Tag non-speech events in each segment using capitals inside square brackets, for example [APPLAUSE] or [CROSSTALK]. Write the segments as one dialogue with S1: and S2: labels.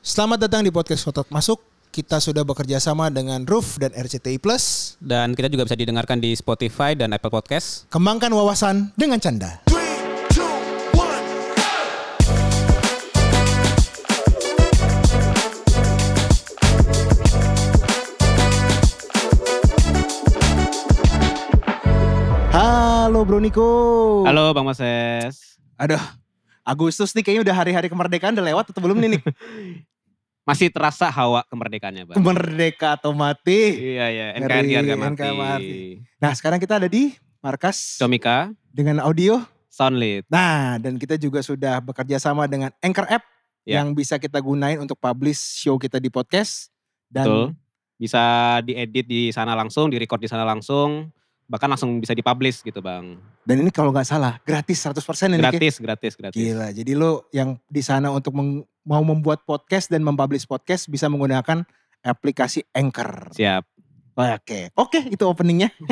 S1: Selamat datang di podcast Kotak Masuk. Kita sudah bekerja sama dengan Roof dan RCTI Plus.
S2: Dan kita juga bisa didengarkan di Spotify dan Apple Podcast.
S1: Kembangkan wawasan dengan canda.
S3: Three, two, one.
S1: Halo Bro Niko.
S2: Halo Bang Moses.
S1: Aduh. Agustus nih kayaknya udah hari-hari kemerdekaan udah lewat atau belum nih [LAUGHS] Nik?
S2: Masih terasa hawa kemerdekaannya, Bang.
S1: Merdeka atau mati.
S2: Iya, iya.
S1: Ngeri,
S2: NKRI harga mati.
S1: NKRI mati. Nah sekarang kita ada di markas
S2: Comika,
S1: dengan audio.
S2: Soundlit.
S1: Nah dan kita juga sudah bekerja sama dengan Anchor App
S2: Ya.
S1: yang bisa kita gunain untuk publish show kita di podcast. Dan
S2: Betul. Bisa diedit di sana langsung, direcord di sana langsung. Bahkan langsung bisa dipublish gitu, Bang.
S1: dan ini kalau nggak salah gratis 100% ini.
S2: Gratis, gratis, gratis.
S1: Gila, jadi lo yang di sana untuk meng- mau membuat podcast dan mempublish podcast bisa menggunakan aplikasi Anchor.
S2: Siap.
S1: Oke, oke itu openingnya. [LAUGHS]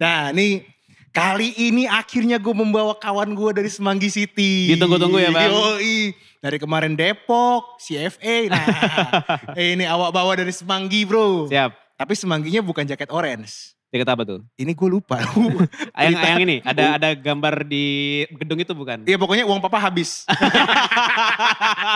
S1: nah ini kali ini akhirnya gue membawa kawan gue dari Semanggi City.
S2: Ditunggu-tunggu ya, Bang.
S1: Yoi. Dari kemarin Depok, CFA. Nah eh, ini awak bawa dari Semanggi bro.
S2: Siap.
S1: Tapi Semangginya bukan jaket orange.
S2: Jaket apa tuh?
S1: Ini gue lupa. [LAUGHS]
S2: Yang,
S1: Berita.
S2: yang ini, ada ada gambar di gedung itu bukan?
S1: Iya pokoknya uang papa habis. [LAUGHS]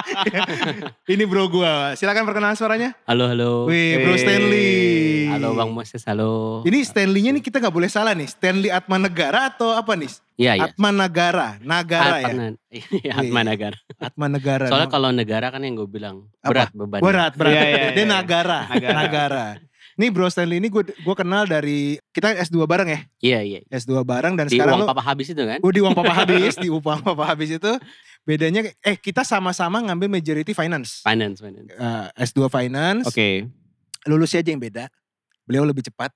S1: Ini bro gua. Silakan perkenalan suaranya.
S4: Halo, halo.
S1: Wih, Bro Stanley.
S4: Halo Bang Moses, halo.
S1: Ini Stanley-nya nih kita nggak boleh salah nih. Stanley Atmanegara atau apa nih?
S4: Iya, iya.
S1: Atmanagara, Nagara ya.
S4: Atman, iya, Atman negara.
S1: Atmanegara.
S4: Soalnya kalau negara kan yang gue bilang
S1: Apa?
S4: berat beban.
S1: berat berat.
S2: Iya, iya,
S1: Dia
S2: iya.
S1: Nagara,
S2: Nagara.
S1: Nagara. Nih Bro Stanley ini gue gua kenal dari kita S2 bareng ya.
S4: Iya, iya.
S1: S2 bareng dan
S4: Di
S1: sekarang lu
S4: uang papa habis itu kan?
S1: Oh, di uang papa habis, di uang papa habis itu bedanya eh kita sama-sama ngambil majority finance.
S4: Finance, finance.
S1: Eh, S2 finance.
S2: Oke.
S1: lulusnya aja yang beda. Beliau lebih cepat.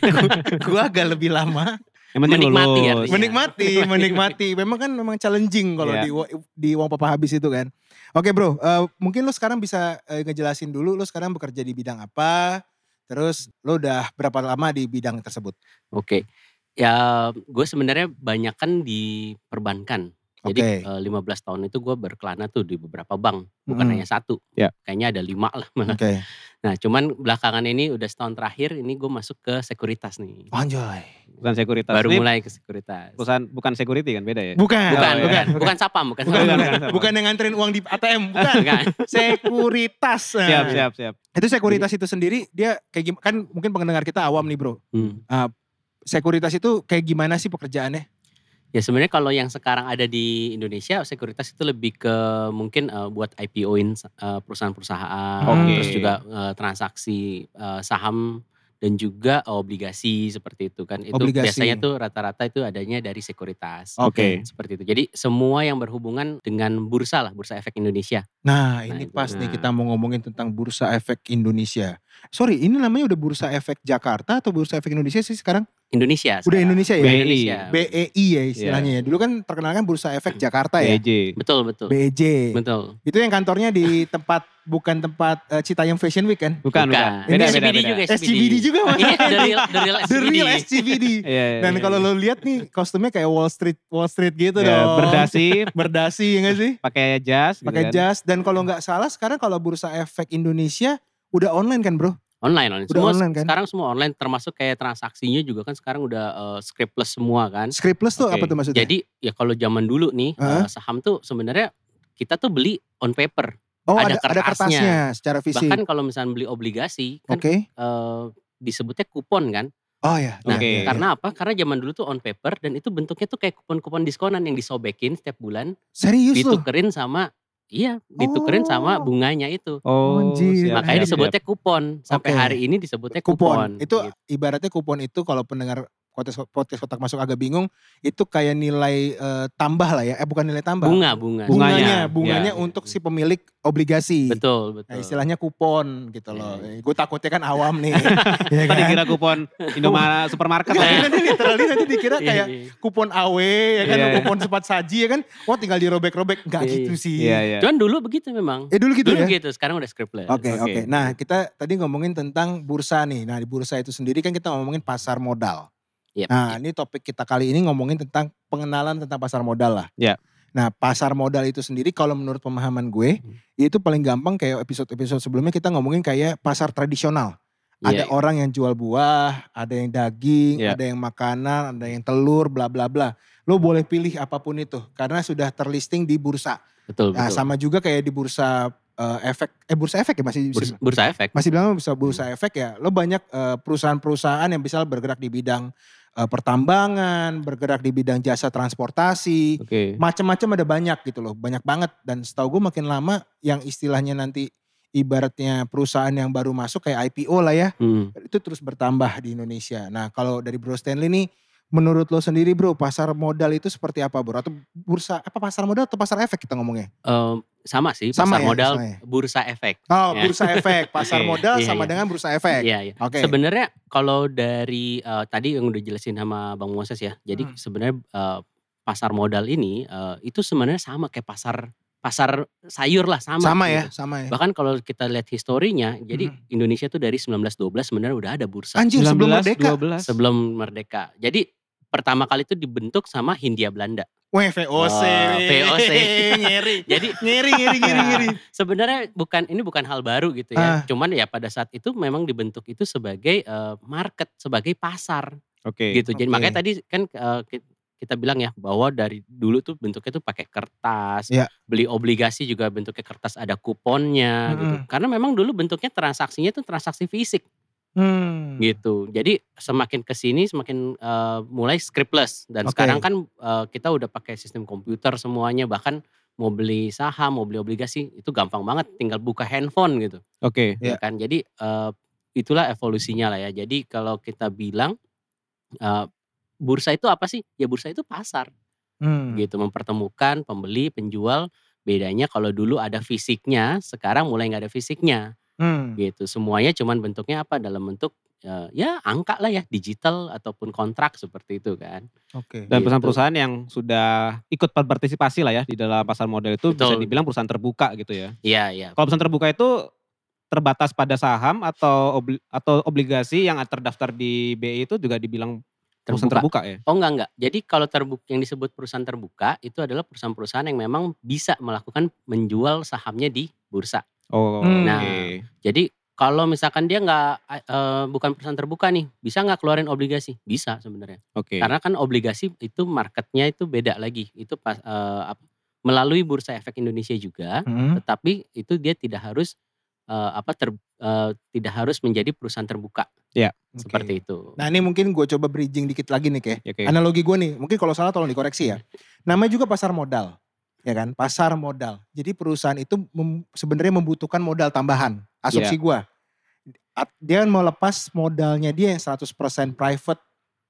S1: [LAUGHS] gua agak lebih lama
S2: Yang penting
S4: Menikmati
S2: lulus.
S4: artinya. Iya.
S1: menikmati, menikmati. Memang kan memang challenging kalau
S2: Iya.
S1: di wa- di Wong Papa habis itu kan. Oke, Bro. eh, mungkin lu sekarang bisa eh, ngejelasin dulu lu sekarang bekerja di bidang apa? Terus lu udah berapa lama di bidang tersebut?
S4: Oke. Ya, gue sebenarnya banyak kan di perbankan. Jadi
S1: Oke.
S4: eh, [LAUGHS] 15 tahun itu gue berkelana tuh di beberapa bank, bukan
S1: Mm-mm. Mm.
S4: hanya satu.
S2: Ya.
S4: Kayaknya ada lima lah. malah.
S1: Oke.
S4: Nah, cuman belakangan ini udah setahun terakhir ini gue masuk ke sekuritas nih.
S1: Anjay.
S2: Bukan sekuritas.
S4: Baru
S2: Ini
S4: mulai ke sekuritas. Bukan,
S2: Perusahaan, bukan security kan beda ya?
S1: Bukan.
S4: bukan,
S2: Oh, ya.
S4: bukan, sapam, bukan,
S1: Bukan,
S4: sapam.
S1: bukan, bukan yang nganterin uang di ATM, bukan.
S4: bukan.
S1: Sekuritas.
S2: Siap, siap, siap.
S1: Itu sekuritas itu sendiri dia kayak gimana? Kan mungkin pendengar kita awam nih, Bro.
S4: Hmm.
S1: sekuritas itu kayak gimana sih pekerjaannya?
S4: Ya sebenarnya kalau yang sekarang ada di Indonesia sekuritas itu lebih ke mungkin eh, buat IPO-in eh, perusahaan-perusahaan,
S2: Oke.
S4: terus juga eh, transaksi eh, saham dan juga obligasi seperti itu kan. Itu
S1: Obligasi.
S4: biasanya tuh rata-rata itu adanya dari sekuritas.
S2: Oke.
S4: Seperti itu. Jadi semua yang berhubungan dengan bursa lah, Bursa Efek Indonesia.
S1: Nah
S4: Nah,
S1: ini
S4: itu.
S1: pas nih
S4: Nah.
S1: kita mau ngomongin tentang Bursa Efek Indonesia. Sorry ini namanya udah Bursa Efek Jakarta atau Bursa Efek Indonesia sih sekarang? Udah
S4: Indonesia. sekarang. E
S1: Indonesia ya?
S2: BI.
S4: Indonesia.
S1: BEI ya istilahnya ya. Dulu kan terkenal kan Bursa Efek Jakarta ya?
S4: Iya.
S2: EJ.
S4: Betul, betul.
S1: BEJ.
S4: Betul.
S1: Itu yang kantornya di tempat, bukan tempat eh, Citayam Fashion Week kan? Eh,
S2: Bukan, bukan. Beda,
S1: Ini
S2: beda,
S4: SCBD
S2: beda.
S4: juga,
S1: SCBD juga mas.
S4: Iya, the real, the real
S1: The real
S4: SCBD.
S1: SCBD.
S2: Iya, iya,
S1: Dan
S2: iya.
S1: kalau lo lihat nih kostumnya kayak Wall Street, Wall Street gitu
S2: Ya,
S1: dong.
S2: berdasi,
S1: Berdasi ya gak sih?
S2: pakai jas, gitu
S1: pakai
S2: kan.
S1: jas dan kalau nggak salah sekarang kalau bursa efek Indonesia udah online kan bro?
S4: Online, online.
S1: Udah
S4: semua
S1: online kan?
S4: sekarang semua online termasuk kayak transaksinya juga kan sekarang udah eh, scriptless semua kan.
S1: Scriptless tuh
S2: Oke.
S1: apa tuh maksudnya?
S4: Jadi ya kalau zaman dulu nih
S1: Heeh.
S4: eh, saham tuh sebenarnya kita tuh beli on paper.
S1: oh ada,
S4: ada
S1: ada kertasnya.
S4: kertasnya.
S1: secara fisik.
S4: Bahkan kan kalau misalnya beli obligasi
S1: Oke.
S4: kan eh, disebutnya kupon kan.
S1: Oh ya.
S4: Nah,
S2: Oke.
S1: Karena
S4: Karena apa? Karena zaman dulu tuh on paper dan itu bentuknya tuh kayak kupon-kupon diskonan yang disobekin setiap bulan,
S1: serius loh.
S4: ditukerin sama iya, ditukerin sama
S1: Oh.
S4: bunganya itu.
S2: Oh,
S1: Anjir.
S2: siap, siap,
S4: Makanya
S2: siap.
S4: disebutnya kupon. Sampai
S1: Oke.
S4: hari ini disebutnya
S1: Kupon.
S4: kupon.
S1: Itu
S4: gitu.
S1: ibaratnya kupon itu kalau pendengar podcast, podcast kotak masuk agak bingung itu kayak nilai eh, tambah lah ya. Eh bukan nilai tambah.
S4: bunga, bunga.
S1: Bunganya,
S2: Bunganya.
S1: bunganya
S4: Iya.
S1: untuk si pemilik obligasi.
S4: Betul, betul.
S1: Nah, istilahnya kupon gitu
S4: Iya,
S1: loh.
S4: iya.
S1: Gue takutnya kan awam
S4: [LAUGHS]
S1: nih. Iya
S2: Tadi kira kupon Indomaret supermarket
S1: Enggak,
S2: lah ya.
S1: nanti literally nanti dikira
S4: Iya,
S1: kayak
S4: iya.
S1: kupon AW ya kan
S2: Iya, iya.
S1: kupon sempat saji ya kan wah tinggal dirobek-robek nggak
S4: Iya,
S1: gitu sih
S2: Iya, iya.
S4: Cuman dulu begitu memang.
S1: eh dulu gitu
S4: dulu
S1: ya
S4: gitu, sekarang udah scriptless.
S1: Oke oke.
S2: Oke.
S1: Nah kita tadi ngomongin tentang bursa nih. Nah di bursa itu sendiri kan kita ngomongin pasar modal.
S4: Yep,
S1: Nah
S4: yep.
S1: ini topik kita kali ini ngomongin tentang pengenalan tentang pasar modal lah.
S2: Iya.
S1: Nah pasar modal itu sendiri kalau menurut pemahaman gue itu paling gampang kayak episode-episode sebelumnya kita ngomongin kayak pasar tradisional.
S4: Iya,
S1: Ada orang yang jual buah, ada yang daging,
S2: Iya.
S1: ada yang makanan, ada yang telur, bla bla bla. Lo boleh pilih apapun itu karena sudah terlisting di bursa.
S4: betul
S1: Nah,
S4: betul.
S1: sama juga kayak di bursa eh, efek, eh bursa efek ya masih
S4: bursa, bursa efek.
S1: masih bilang bisa bursa efek ya. Lo banyak eh, perusahaan-perusahaan yang bisa bergerak di bidang eh, pertambangan, bergerak di bidang jasa transportasi,
S2: Oke.
S1: macam-macam ada banyak gitu loh, banyak banget. Dan setahu gue makin lama yang istilahnya nanti ibaratnya perusahaan yang baru masuk kayak IPO lah ya,
S4: Hmm.
S1: itu terus bertambah di Indonesia. Nah kalau dari Bro Stanley nih, menurut lo sendiri bro, pasar modal itu seperti apa bro? Atau bursa, apa pasar modal atau pasar efek kita ngomongnya?
S4: Em, sama sih
S1: Sama
S4: pasar
S1: ya,
S4: modal
S1: sama ya?
S4: bursa efek.
S1: Oh
S4: Ya.
S1: bursa efek, pasar
S2: Oke,
S1: modal
S4: [LAUGHS] iya,
S1: sama
S4: iya.
S1: dengan bursa efek.
S4: Iya iya.
S1: Oke.
S4: Sebenarnya kalau dari eh, tadi yang udah jelasin sama Bang Moses ya. Jadi
S1: Hmm.
S4: sebenarnya eh, pasar modal ini eh, itu sebenarnya sama kayak pasar pasar sayur lah sama.
S1: Sama
S4: gitu.
S1: ya, sama ya.
S4: Bahkan kalau kita lihat historinya, jadi
S1: Mhm.
S4: Indonesia tuh dari 1912 sebenarnya udah ada bursa
S1: Anjir sebelum
S2: 19,
S1: merdeka.
S2: 12.
S4: sebelum merdeka. Jadi pertama kali itu dibentuk sama Hindia Belanda.
S1: Weh VOC.
S4: Wah, VOC.
S1: [LAUGHS] nyeri.
S4: Jadi
S1: Nyeri, nyeri, [LAUGHS] nyeri, nyeri.
S4: sebenarnya bukan ini bukan hal baru gitu
S1: Ah.
S4: ya. Cuman ya pada saat itu memang dibentuk itu sebagai eh, market, sebagai pasar
S2: Oke.
S4: gitu. Jadi
S1: Oke.
S4: makanya tadi kan eh, ki- kita bilang ya bahwa dari dulu tuh bentuknya tuh pakai kertas,
S1: Iya.
S4: beli obligasi juga bentuknya kertas ada kuponnya gitu.
S1: Mm-mm.
S4: Karena memang dulu bentuknya transaksinya tuh transaksi fisik
S1: Hmm.
S4: gitu. Jadi semakin ke sini semakin eh, mulai scriptless dan
S1: Oke.
S4: sekarang kan eh, kita udah pakai sistem komputer semuanya bahkan mau beli saham, mau beli obligasi itu gampang banget tinggal buka handphone gitu.
S2: Oke.
S1: Iya.
S4: ya kan. Jadi eh, itulah evolusinya lah ya. Jadi kalau kita bilang eh, bursa itu apa sih? Ya bursa itu pasar
S1: Hmm.
S4: gitu, mempertemukan pembeli, penjual. Bedanya kalau dulu ada fisiknya, sekarang mulai nggak ada fisiknya
S1: Hmm.
S4: gitu semuanya cuman bentuknya apa dalam bentuk eh, ya angka lah ya digital ataupun kontrak seperti itu kan
S1: Oke.
S2: Dan
S4: Gitu.
S2: perusahaan-perusahaan yang sudah ikut berpartisipasi lah ya di dalam pasar modal itu bisa
S4: Betul.
S2: dibilang perusahaan terbuka gitu ya.
S4: iya iya
S2: Kalau perusahaan terbuka itu terbatas pada saham atau obli- atau obligasi yang terdaftar di BI itu juga dibilang perusahaan
S4: terbuka
S2: terbuka ya.
S4: oh enggak enggak jadi kalau terbuka yang disebut perusahaan terbuka itu adalah perusahaan-perusahaan yang memang bisa melakukan menjual sahamnya di bursa
S2: Oh,
S1: Hmm.
S2: oke.
S4: Nah. jadi kalau misalkan dia nggak eh, bukan perusahaan terbuka nih bisa nggak keluarin obligasi bisa sebenarnya
S2: Oke.
S4: Karena kan obligasi itu marketnya itu beda lagi. Itu pas eh, apa, melalui Bursa Efek Indonesia juga,
S1: Hmm.
S4: tetapi itu dia tidak harus eh, apa ter, eh, tidak harus menjadi perusahaan terbuka
S1: Oke.
S4: seperti itu.
S1: Nah ini mungkin gue coba bridging dikit lagi nih Keh.
S2: Oke.
S1: Analogi gue nih, mungkin kalau salah tolong dikoreksi ya. Namanya juga pasar modal. Ya kan, pasar modal. Jadi perusahaan itu mem- sebenarnya membutuhkan modal tambahan. Asumsi gua At- Dia mau lepas modalnya dia yang 100% private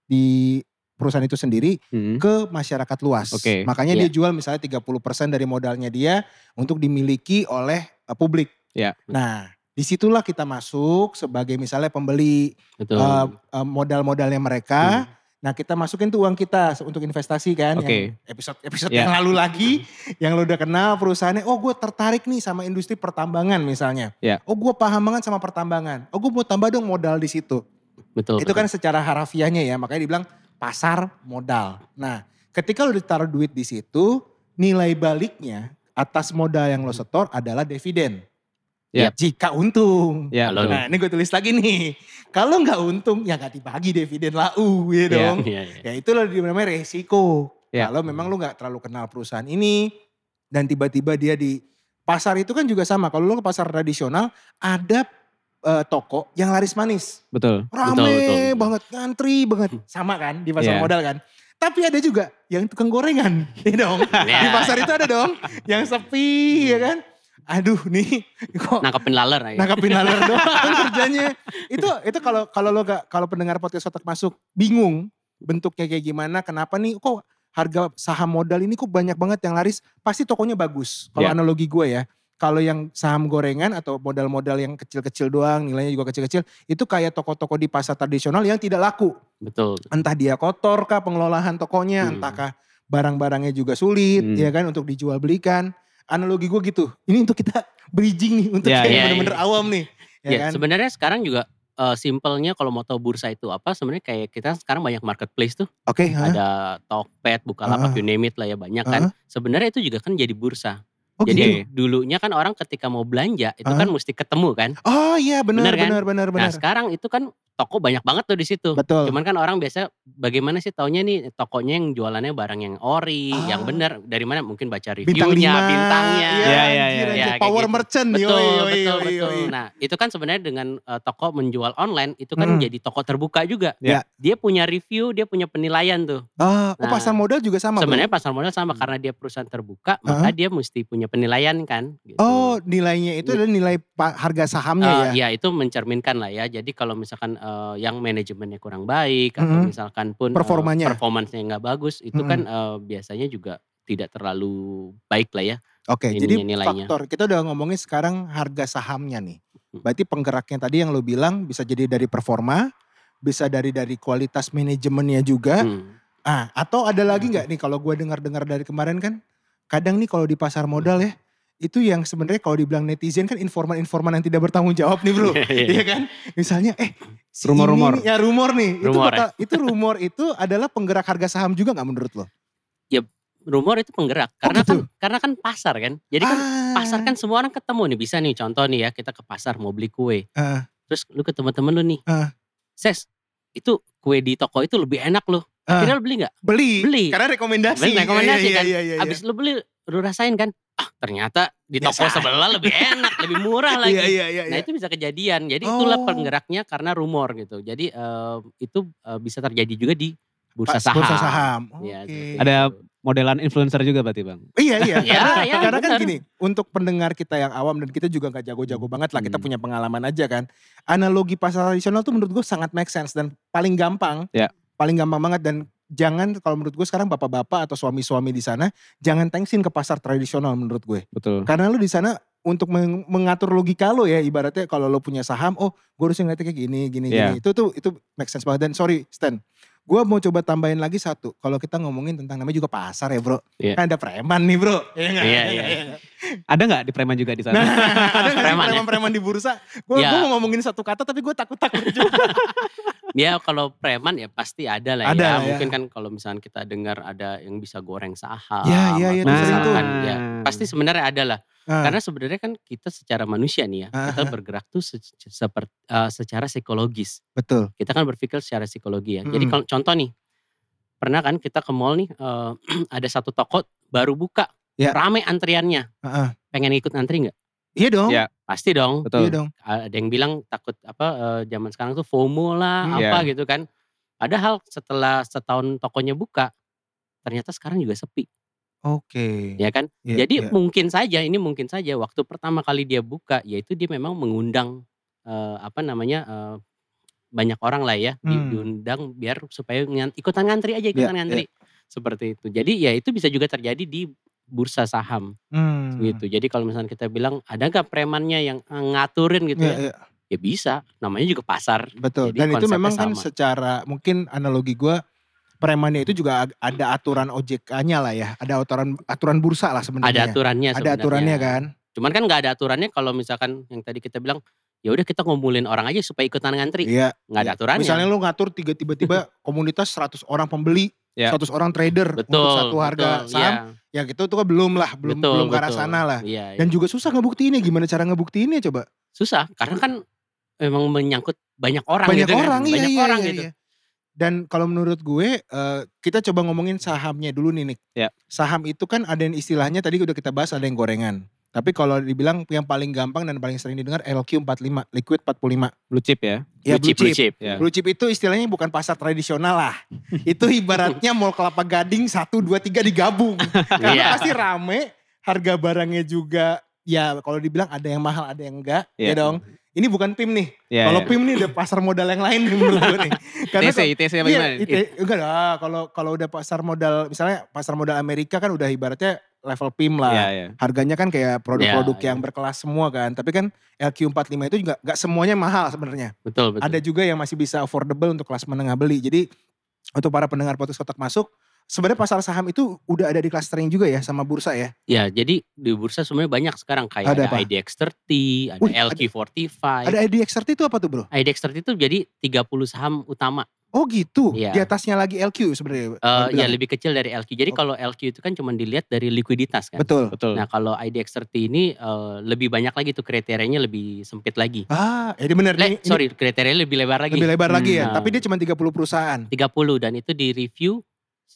S1: di perusahaan itu sendiri
S2: Hmm.
S1: ke masyarakat luas.
S2: Oke.
S1: Makanya
S4: Iya.
S1: dia jual misalnya 30% dari modalnya dia untuk dimiliki oleh eh, publik.
S2: Iya.
S1: Nah, disitulah kita masuk sebagai misalnya pembeli
S4: Betul.
S1: eh, eh, modal-modalnya mereka.
S4: Hmm.
S1: Nah, kita masukin tuh uang kita se- untuk investasi kan.
S2: Oke.
S1: yang Episode episode
S2: Iya.
S1: yang
S2: [LAUGHS]
S1: lalu lagi yang lo udah kenal perusahaannya, oh gue tertarik nih sama industri pertambangan misalnya.
S2: Iya.
S1: Oh gue paham banget sama pertambangan. Oh gue mau tambah dong modal di situ.
S4: betul.
S1: Itu kan secara harafiahnya ya, makanya dibilang pasar modal. Nah, ketika lo ditaruh duit di situ, nilai baliknya atas modal yang lo setor adalah dividen. Ya,
S2: Iya.
S1: Jika untung.
S2: Ya,
S4: Iya. Halo,
S2: betul.
S1: Nah, ini gue tulis lagi nih. Kalau nggak untung, ya nggak dibagi dividen lau, ya
S2: Iya.
S1: dong.
S4: Iya, iya.
S1: Ya itu lo namanya resiko.
S2: Ya.
S1: Kalau memang lo nggak terlalu kenal perusahaan ini dan tiba-tiba dia di pasar itu kan juga sama. Kalau lo ke pasar tradisional ada eh, toko yang laris manis
S4: [LAUGHS]
S2: betul.
S1: rame
S4: Betul, betul, betul.
S1: banget ngantri banget [LAUGHS] sama kan di pasar
S2: Iya.
S1: modal kan tapi ada juga yang tukang gorengan [LAUGHS] ya dong di
S4: Iya.
S1: pasar itu ada dong yang sepi ya kan aduh nih [LAUGHS] kok
S4: Nangkepin laler aja.
S1: nangkapin laler doang kerjanya itu itu kalau kalau lo gak kalau pendengar podcast otak masuk bingung bentuknya kayak gimana kenapa nih kok harga saham modal ini kok banyak banget yang laris pasti tokonya bagus kalau
S2: Iya.
S1: analogi gue ya kalau yang saham gorengan atau modal-modal yang kecil-kecil doang nilainya juga kecil-kecil itu kayak toko-toko di pasar tradisional yang tidak laku
S4: Betul.
S1: entah dia kotor kah pengelolaan tokonya,
S4: Hmm.
S1: entahkah barang-barangnya juga sulit
S2: Hmm.
S1: ya kan untuk dijual belikan. Analogi gue gitu. Ini untuk kita [LAUGHS] bridging nih untuk
S2: Ya,
S1: yang
S4: ya,
S1: bener-bener awam nih. Ya,
S4: Ya,
S1: kan?
S4: sebenarnya sekarang juga eh, simpelnya kalau mau tahu bursa itu apa sebenarnya kayak kita sekarang banyak marketplace tuh
S1: Oke, ha?
S4: ada Tokped,
S1: Ah.
S4: Bukalapak, you name it lah ya banyak kan. Sebenarnya itu juga kan jadi bursa.
S1: oh
S4: jadi
S1: gitu.
S4: dulunya kan orang ketika mau belanja itu
S1: Ah.
S4: kan mesti ketemu kan.
S1: Oh iya benar
S4: Bener kan?
S1: benar benar
S4: Nah
S1: benar.
S4: sekarang itu kan toko banyak banget tuh di situ.
S1: Betul.
S4: Cuman kan orang biasa bagaimana sih taunya nih tokonya yang jualannya barang yang ori,
S1: Ah.
S4: yang benar dari mana mungkin baca
S1: bintang
S4: reviewnya,
S1: lima,
S4: bintangnya.
S1: Iya,
S2: Ya, ya,
S1: anjir,
S2: ya,
S1: anjir.
S4: ya, kayak
S1: power
S4: gitu.
S1: merchant.
S4: Betul,
S1: yoi,
S4: betul,
S1: yoi,
S4: betul,
S1: yoi, yoi.
S4: Nah, itu kan sebenarnya dengan eh, toko menjual online itu kan
S1: Hmm.
S4: jadi toko terbuka juga.
S1: Ya.
S4: Dia punya review, dia punya penilaian tuh.
S1: Ah, oh
S4: Nah,
S1: pasar modal juga sama. Bro?
S4: Sebenarnya pasar modal sama karena dia perusahaan terbuka, maka dia mesti punya penilaian kan. gitu.
S1: Oh nilainya itu adalah nilai pa- harga sahamnya
S4: Eh,
S1: ya.
S4: ya itu mencerminkan lah ya. Jadi kalau misalkan eh, yang manajemennya kurang baik atau
S1: Mm-mm.
S4: misalkan pun eh,
S1: Mm-hmm. Performanya.
S4: performancenya nggak bagus, itu
S1: Mm-mm.
S4: kan eh, biasanya juga tidak terlalu baik lah ya.
S1: Oke,
S4: ininya,
S1: jadi
S4: nilainya. Hmm.
S1: faktor kita udah ngomongin sekarang harga sahamnya nih. Berarti penggeraknya tadi yang lo bilang bisa jadi dari performa, bisa dari dari kualitas manajemennya juga.
S4: Hmm. Iya,
S1: Ah, atau ada lagi nggak nih kalau gue dengar-dengar dari kemarin kan, kadang nih kalau di pasar modal ya itu yang sebenarnya kalau dibilang netizen kan informan-informan yang tidak bertanggung jawab nih
S4: [LAUGHS]
S1: bro, iya kan? Misalnya eh si
S2: Rumor-rumor.
S1: ini nih- ya rumor nih, itu,
S4: Rumor, eh.
S1: bakal- itu rumor itu adalah penggerak harga saham juga nggak menurut lo?
S4: Rumor itu penggerak karena
S1: gitu? Ah.
S4: kan karena kan pasar kan. Jadi kan pasar kan semua orang ketemu nih bisa nih contoh nih ya kita ke pasar mau beli kue
S1: Ah.
S4: terus lu ke teman-teman lu nih
S1: Ah.
S4: ses itu kue di toko itu lebih enak loh
S1: Ah.
S4: akhirnya lu beli nggak
S1: beli,
S4: Beli.
S1: karena rekomendasi,
S4: Beli rekomendasi
S1: Iya, iya,
S4: kan.
S1: iya, iya, iya.
S4: abis lu beli lu rasain kan ah ternyata di toko
S1: Biasa.
S4: sebelah lebih enak lebih murah
S1: [LAUGHS]
S4: lagi
S1: Iya, iya, iya,
S4: nah
S1: iya.
S4: itu bisa kejadian jadi itulah
S1: Oh.
S4: penggeraknya karena rumor gitu jadi eh, itu eh, bisa terjadi juga di bursa
S1: Pas-
S4: saham,
S1: Bursa saham.
S4: Iya,
S1: Oke.
S4: gitu.
S2: Ada modelan influencer juga berarti bang.
S1: Iya iya.
S4: [LAUGHS] Ya,
S1: karena
S4: ya,
S1: karena kan
S4: benar.
S1: gini, untuk pendengar kita yang awam dan kita juga nggak jago-jago banget lah, kita
S4: Hmm.
S1: punya pengalaman aja kan. Analogi pasar tradisional tuh menurut gue sangat make sense dan paling gampang.
S2: Ya.
S1: Paling gampang banget dan jangan kalau menurut gue sekarang bapak-bapak atau suami-suami di sana jangan thanksin ke pasar tradisional menurut gue.
S2: Betul.
S4: Hmm.
S1: Karena lu di sana untuk meng- mengatur logika lo ya ibaratnya kalau lo punya saham oh gue harusnya ngeliatnya kayak gini gini
S2: Iya.
S1: gini itu tuh itu make sense banget dan sorry Stan gue mau coba tambahin lagi satu kalau kita ngomongin tentang namanya juga pasar ya bro
S4: Iya.
S1: kan ada preman nih bro Iya nggak?
S4: Iya,
S1: Iya
S4: iya.
S1: [LAUGHS] nggak?
S2: Ada nggak di preman juga di
S1: nah [LAUGHS]
S2: sana?
S1: ada nggak sih
S4: Preman ya?
S1: preman-preman di bursa gue
S4: Iya.
S1: mau ngomongin satu kata tapi gue takut-takut juga
S4: Ya kalau preman ya pasti ada lah
S1: Ada
S4: ya.
S1: lah ya.
S4: Mungkin kan kalau misalnya kita dengar ada yang bisa goreng saham.
S1: Ya, ya, ya,
S4: atau
S1: itu
S2: Nah,
S1: sering tuh.
S2: kan.
S4: misalkan, ya, pasti sebenarnya ada lah.
S1: Ah.
S4: [LAUGHS] Karena sebenarnya kan kita secara manusia nih ya, kita bergerak tuh se- seperti eh, secara psikologis.
S1: betul
S4: Kita kan berpikir secara psikologi ya. Jadi
S1: Mm-mm.
S4: kalau contoh nih, pernah kan kita ke mall nih eh, [CLEARS THROAT] ada satu toko baru buka,
S1: Ya.
S4: rame antriannya.
S1: Ah, ah.
S4: Pengen ikut antri nggak?
S1: iya dong
S2: Iya,
S4: Pasti dong.
S2: Betul.
S1: iya dong
S4: ada yang bilang takut apa eh, zaman sekarang tuh FOMO lah
S1: Hmm.
S4: apa gitu kan. Padahal setelah setahun tokonya buka ternyata sekarang juga sepi
S1: oke
S4: ya kan.
S1: Iya,
S4: Jadi
S1: iya.
S4: mungkin saja ini mungkin saja waktu pertama kali dia buka yaitu dia memang mengundang eh, apa namanya eh, banyak orang lah ya di-
S1: Hmm.
S4: diundang biar supaya ngan- ikutan ngantri aja ikutan
S1: Iya,
S4: ngantri seperti itu. Jadi ya itu bisa juga terjadi di bursa saham
S1: Hmm.
S4: gitu. Jadi kalau misalnya kita bilang ada nggak premannya yang ngaturin gitu
S1: Iya,
S4: ya?
S1: iya.
S4: ya bisa namanya juga pasar
S1: Betul.
S4: Jadi
S1: Dan itu
S4: konsepnya
S1: memang kan
S4: sama.
S1: secara mungkin analogi gue premannya itu juga ag- ada aturan OJK-nya lah ya, ada aturan aturan bursa lah
S4: ada
S1: sebenarnya.
S4: aturannya
S1: ya. Ada
S4: sebenarnya.
S1: aturannya kan.
S4: cuman kan nggak ada aturannya kalau misalkan yang tadi kita bilang ya udah kita ngumpulin orang aja supaya ikutan ngantri
S1: Iya.
S4: nggak ada
S1: iya.
S4: aturannya
S1: Misalnya lu ngatur tiga tiba-tiba [LAUGHS] komunitas 100 orang pembeli,
S2: Iya.
S1: 100 orang trader
S4: Ya. betul
S1: untuk satu harga
S4: betul,
S1: saham, ya gitu tuh kan belum lah,
S4: iya,
S1: belum
S4: betul,
S1: belum ke arah
S4: betul.
S1: sana lah.
S4: Iya, iya.
S1: Dan juga susah ngebuktiinnya gimana cara ngebuktiinnya coba?
S4: susah karena kan memang menyangkut banyak orang
S1: banyak
S4: gitu kan.
S1: orang, iya,
S4: banyak
S1: iya,
S4: orang
S1: iya,
S4: gitu
S1: iya. Dan kalau menurut gue, eh, kita coba ngomongin sahamnya dulu nih, Nick.
S2: Ya.
S1: Saham itu kan ada yang istilahnya tadi udah kita bahas ada yang gorengan. Tapi kalau dibilang yang paling gampang dan paling sering didengar LQ45, Liquid 45.
S2: Blue chip ya.
S1: Ya,
S4: Blue chip, blue chip. [LAUGHS]
S2: Ya.
S1: Blue chip itu istilahnya bukan pasar tradisional lah. itu ibaratnya mall kelapa gading 1, 2, 3 digabung.
S4: [LAUGHS]
S1: Karena
S4: Iya.
S1: pasti rame, harga barangnya juga ya kalau dibilang ada yang mahal ada yang enggak. Ya,
S2: Iya.
S1: dong. Ini bukan PIM nih.
S2: Ya,
S1: kalau
S2: ya.
S1: PIM nih udah pasar modal yang lain nih menurut gue
S4: [LAUGHS]
S1: nih. Karena
S2: TC, TC
S4: ya,
S2: apa
S1: Iya,
S2: gimana?
S1: IT, enggak lah. Kalau kalau udah pasar modal, misalnya pasar modal Amerika kan udah ibaratnya level PIM lah.
S4: Ya.
S2: Iya, iya.
S1: Harganya kan kayak produk-produk
S4: Iya,
S1: yang berkelas semua kan. Tapi kan LQ45 itu juga nggak semuanya mahal sebenarnya.
S4: betul betul
S1: Ada juga yang masih bisa affordable untuk kelas menengah beli. Jadi untuk para pendengar podcast kotak masuk, sebenarnya pasar saham itu udah ada di clustering juga ya sama bursa ya.
S4: Ya, jadi di bursa sebenarnya banyak sekarang kayak
S1: Ada
S4: ada,
S1: apa?
S4: IDX30, ada
S1: Wih,
S4: LQ45.
S1: Ada IDXRT itu apa tuh bro?
S4: IDX30 itu jadi 30 saham utama.
S1: Oh gitu.
S4: Iya.
S1: Di atasnya lagi LQ sebenarnya.
S4: Eh,
S1: Bilang.
S4: ya lebih kecil dari LQ. Jadi kalau LQ itu kan cuma dilihat dari likuiditas kan.
S1: Oh. Betul.
S2: Betul.
S4: Nah, kalau IDX30 ini eh, lebih banyak lagi tuh kriterianya lebih sempit lagi.
S1: Ah, jadi benar ini,
S4: Le,
S1: ini
S4: sorry, kriterianya lebih lebar lagi.
S1: lebih lebar lagi ya.
S4: Hmm.
S1: Tapi dia cuma 30 perusahaan.
S4: 30 dan itu di review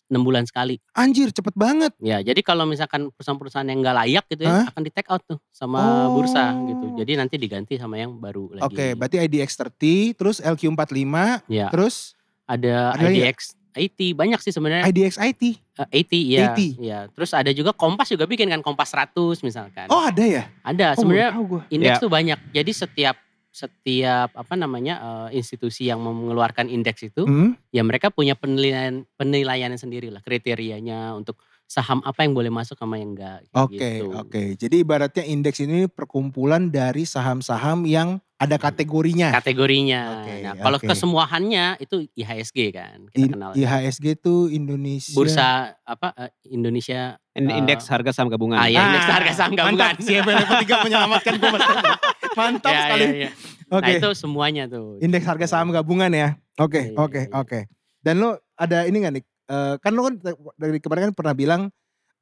S4: 6 bulan sekali.
S1: Anjir, cepet banget.
S4: Ya, jadi kalau misalkan perusahaan-perusahaan yang nggak layak gitu ya, akan di take out tuh sama
S1: Oh.
S4: bursa gitu. Jadi nanti diganti sama yang baru lagi.
S1: Oke, berarti IDX30, terus LQ45,
S4: Ya.
S1: terus
S4: ada,
S1: Ada lagi
S4: IDX, IT banyak sih sebenarnya.
S1: IDXIT.
S4: Eh, IT ya.
S1: 80.
S4: Ya, terus ada juga Kompas juga bikin kan Kompas 100 misalkan.
S1: Oh ada ya? Oh,
S4: Ada Nah, sebenarnya
S1: baru tahu gua.
S4: indeks tuh banyak. Jadi setiap setiap apa namanya eh, institusi yang mengeluarkan indeks itu
S1: Hmm?
S4: ya mereka punya penilaian penilaiannya sendiri lah kriterianya untuk saham apa yang boleh masuk sama yang enggak kayak
S1: Oke,
S4: gitu.
S1: oke. Jadi ibaratnya indeks ini perkumpulan dari saham-saham yang ada
S4: Hmm.
S1: kategorinya.
S4: kategorinya.
S1: Oke,
S4: nah, kalau
S1: oke. iya,
S4: kesemuahannya itu IHSG kan
S1: Di,
S4: kita kenal.
S1: IHSG itu Indonesia. iya.
S4: Bursa apa eh, Indonesia
S2: In-
S4: Eh,
S2: Indeks harga saham gabungan.
S4: ah, ya, indeks harga saham gabungan.
S1: Mantap, Iya, CFL level 3 menyelamatkan gue.
S4: [LAUGHS]
S1: Mantap
S4: Ya, ya,
S1: sekali.
S4: ya.
S1: Oke,
S4: Nah, itu semuanya tuh. gitu.
S1: indeks harga saham gabungan ya. Oke,
S4: Iya,
S1: oke,
S4: iya.
S1: oke. Dan lo ada ini gak Nick? Eh, kan lo kan dari kemarin kan pernah bilang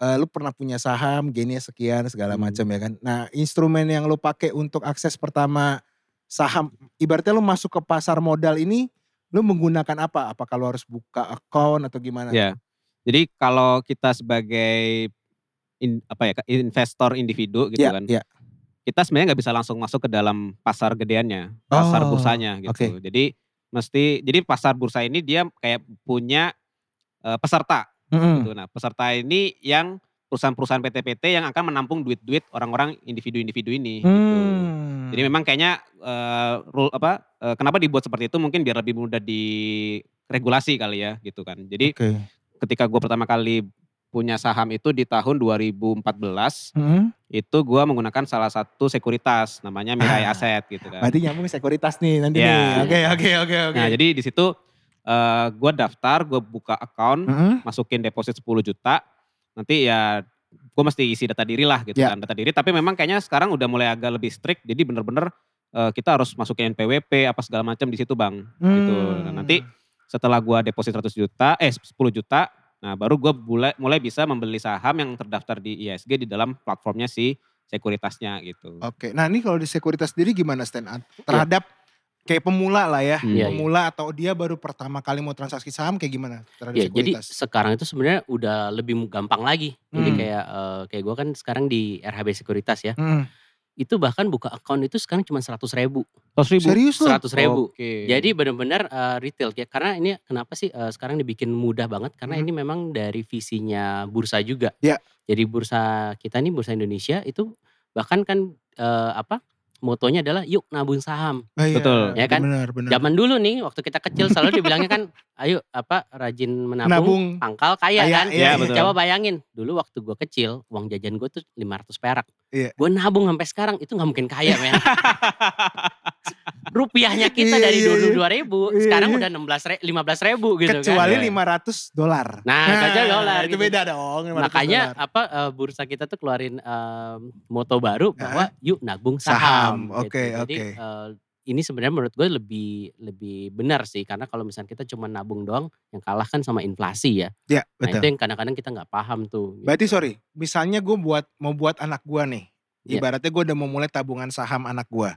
S1: eh, lo pernah punya saham gennya sekian segala
S4: Hmm.
S1: macam ya kan. Nah instrumen yang lo pakai untuk akses pertama saham, ibaratnya lo masuk ke pasar modal ini, lo menggunakan apa? Apakah lo harus buka account atau gimana?
S2: Ya. Jadi kalau kita sebagai in- apa ya investor individu gitu
S1: Iya,
S2: kan,
S1: iya.
S2: kita sebenarnya nggak bisa langsung masuk ke dalam pasar gedeannya, pasar
S1: Oh,
S2: bursanya gitu.
S1: oke.
S2: Jadi mesti jadi pasar bursa ini dia kayak punya eh, peserta
S1: Mm-mm.
S2: gitu. Nah, peserta ini yang perusahaan-perusahaan PT-PT yang akan menampung duit-duit orang-orang individu-individu ini gitu.
S1: Hmm.
S2: Jadi memang kayaknya eh, rule apa eh, kenapa dibuat seperti itu mungkin biar lebih mudah diregulasi kali ya gitu kan. Jadi
S1: Oke.
S2: ketika gue pertama kali punya saham itu di tahun 2014
S1: Mm-mm.
S2: itu gue menggunakan salah satu sekuritas namanya Mirai
S1: Ah,
S2: Aset gitu kan.
S1: Berarti nyambung sekuritas nih nanti
S2: Ya.
S1: nih. Oke, oke, oke, oke.
S2: Nah jadi di situ eh, gue daftar, gue buka account,
S1: Mm-mm.
S2: masukin deposit 10 juta, nanti ya gue mesti isi data diri lah gitu
S1: Ya.
S2: kan data diri. Tapi memang kayaknya sekarang udah mulai agak lebih strict, jadi bener-bener eh, kita harus masukin NPWP apa segala macam di situ bang. gitu. Nah, nanti setelah gua deposit 100 juta, eh 10 juta, nah baru gua mulai, mulai bisa membeli saham yang terdaftar di ISG di dalam platformnya si sekuritasnya gitu.
S1: Oke, nah ini kalau di sekuritas sendiri gimana stand up terhadap kayak pemula lah ya,
S2: Hmm.
S4: Iya, iya.
S1: pemula atau dia baru pertama kali mau transaksi saham kayak gimana terhadap
S4: Ya, jadi
S1: sekuritas?
S4: sekarang itu sebenarnya udah lebih mu- gampang lagi. Jadi
S1: Hmm.
S4: kayak eh, kayak gue kan sekarang di RHB Sekuritas ya.
S1: Hmm.
S4: Itu bahkan buka account itu sekarang cuma 100 ribu.
S1: Oh, Serius loh?
S4: 100 ribu. Jadi benar-benar eh, retail ya. Karena ini kenapa sih eh, sekarang dibikin mudah banget? Karena
S1: Mhm.
S4: ini memang dari visinya bursa juga.
S1: Ya.
S4: Jadi bursa kita nih bursa Indonesia itu bahkan kan eh, apa? Motonya adalah yuk nabung saham.
S1: Ah, iya,
S2: Betul.
S4: Ya kan?
S1: Benar, benar.
S4: Zaman dulu nih waktu kita kecil selalu
S1: [LAUGHS]
S4: dibilangnya kan ayo apa rajin menabung
S1: Nabung.
S4: pangkal kaya,
S1: Kaya,
S4: kan.
S1: iya,
S2: Iya, betul.
S4: Coba bayangin, dulu waktu gue kecil, uang jajan gue tuh 500 perak.
S1: Iya.
S4: Gue nabung sampai sekarang, itu gak mungkin kaya
S1: [LAUGHS]
S4: men. Rupiahnya kita
S1: Iya,
S4: dari
S1: iya, iya.
S4: 22 ribu,
S1: Iya,
S4: sekarang
S1: iya.
S4: udah 16 re- 15 ribu gitu
S1: Kecuali
S2: Iya.
S1: 500 dolar.
S4: Nah, baca dolar
S1: Itu
S4: gitu.
S1: beda dong.
S4: kan.
S1: 500
S4: Makanya
S1: dolar.
S4: apa eh, bursa kita tuh keluarin em, moto baru bahwa yuk nabung
S1: Saham,
S4: saham. gitu.
S1: oke,
S4: Jadi,
S1: oke.
S4: eh, ini sebenarnya menurut gue lebih lebih benar sih karena kalau misalnya kita cuma nabung doang yang kalah kan sama inflasi ya.
S1: ya
S4: Nah
S1: betul.
S4: itu yang kadang-kadang kita nggak paham tuh. gitu.
S1: Berarti sorry, misalnya gue buat mau buat anak gue nih,
S4: Iya.
S1: ibaratnya gue udah mau mulai tabungan saham anak gue.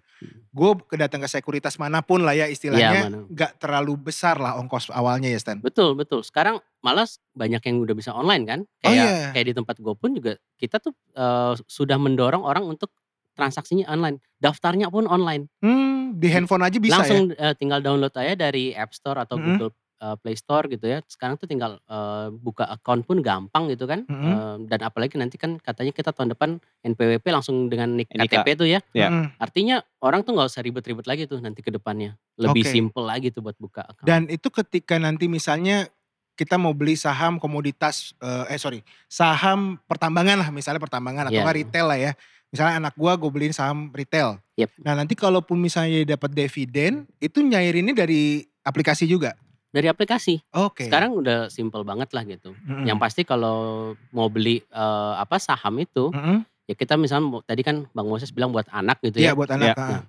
S1: Gue kedatang ke sekuritas manapun lah ya
S4: Iya,
S1: istilahnya,
S4: mana-
S1: nggak terlalu besar lah ongkos awalnya ya Stan.
S4: Betul, betul. Sekarang malas banyak yang udah bisa online kan? Kayak
S1: Oh, iya.
S4: kayak di tempat gue pun juga kita tuh eh, sudah mendorong orang untuk transaksinya online. Daftarnya pun online.
S1: Hmm, di handphone aja bisa ya? Mm-hmm.
S4: Langsung eh, tinggal download aja dari App Store atau
S1: Mm-mm.
S4: Google eh, Play Store gitu ya. Sekarang tuh tinggal eh, buka account pun gampang gitu kan.
S1: Mm-mm.
S4: Eh, dan apalagi nanti kan katanya kita tahun depan NPWP langsung dengan nik
S2: NIK.
S4: KTP tuh ya.
S2: Ya.
S1: Mm.
S4: Artinya orang tuh nggak usah ribet-ribet lagi tuh nanti ke depannya. Lebih
S1: Oke.
S4: simple lagi tuh buat buka account.
S1: Dan itu ketika nanti misalnya kita mau beli saham komoditas eh, eh sorry saham pertambangan lah misalnya pertambangan atau
S4: Iya.
S1: nggak retail lah ya misalnya anak gua gue beliin saham retail.
S4: Yep.
S1: Nah nanti kalaupun misalnya dia dapat dividen itu nyairinnya dari aplikasi juga.
S4: dari aplikasi.
S1: Oke. Hmm, Mm.
S4: Sekarang udah simple banget lah gitu.
S1: Mm-mm.
S4: Yang pasti kalau mau beli eh, apa saham itu,
S1: Mm-mm.
S4: ya kita misalnya mau- tadi kan Bang Moses bilang buat anak gitu
S1: hmm. Iya
S4: ya.
S1: buat anak.
S2: Ya.
S1: ah.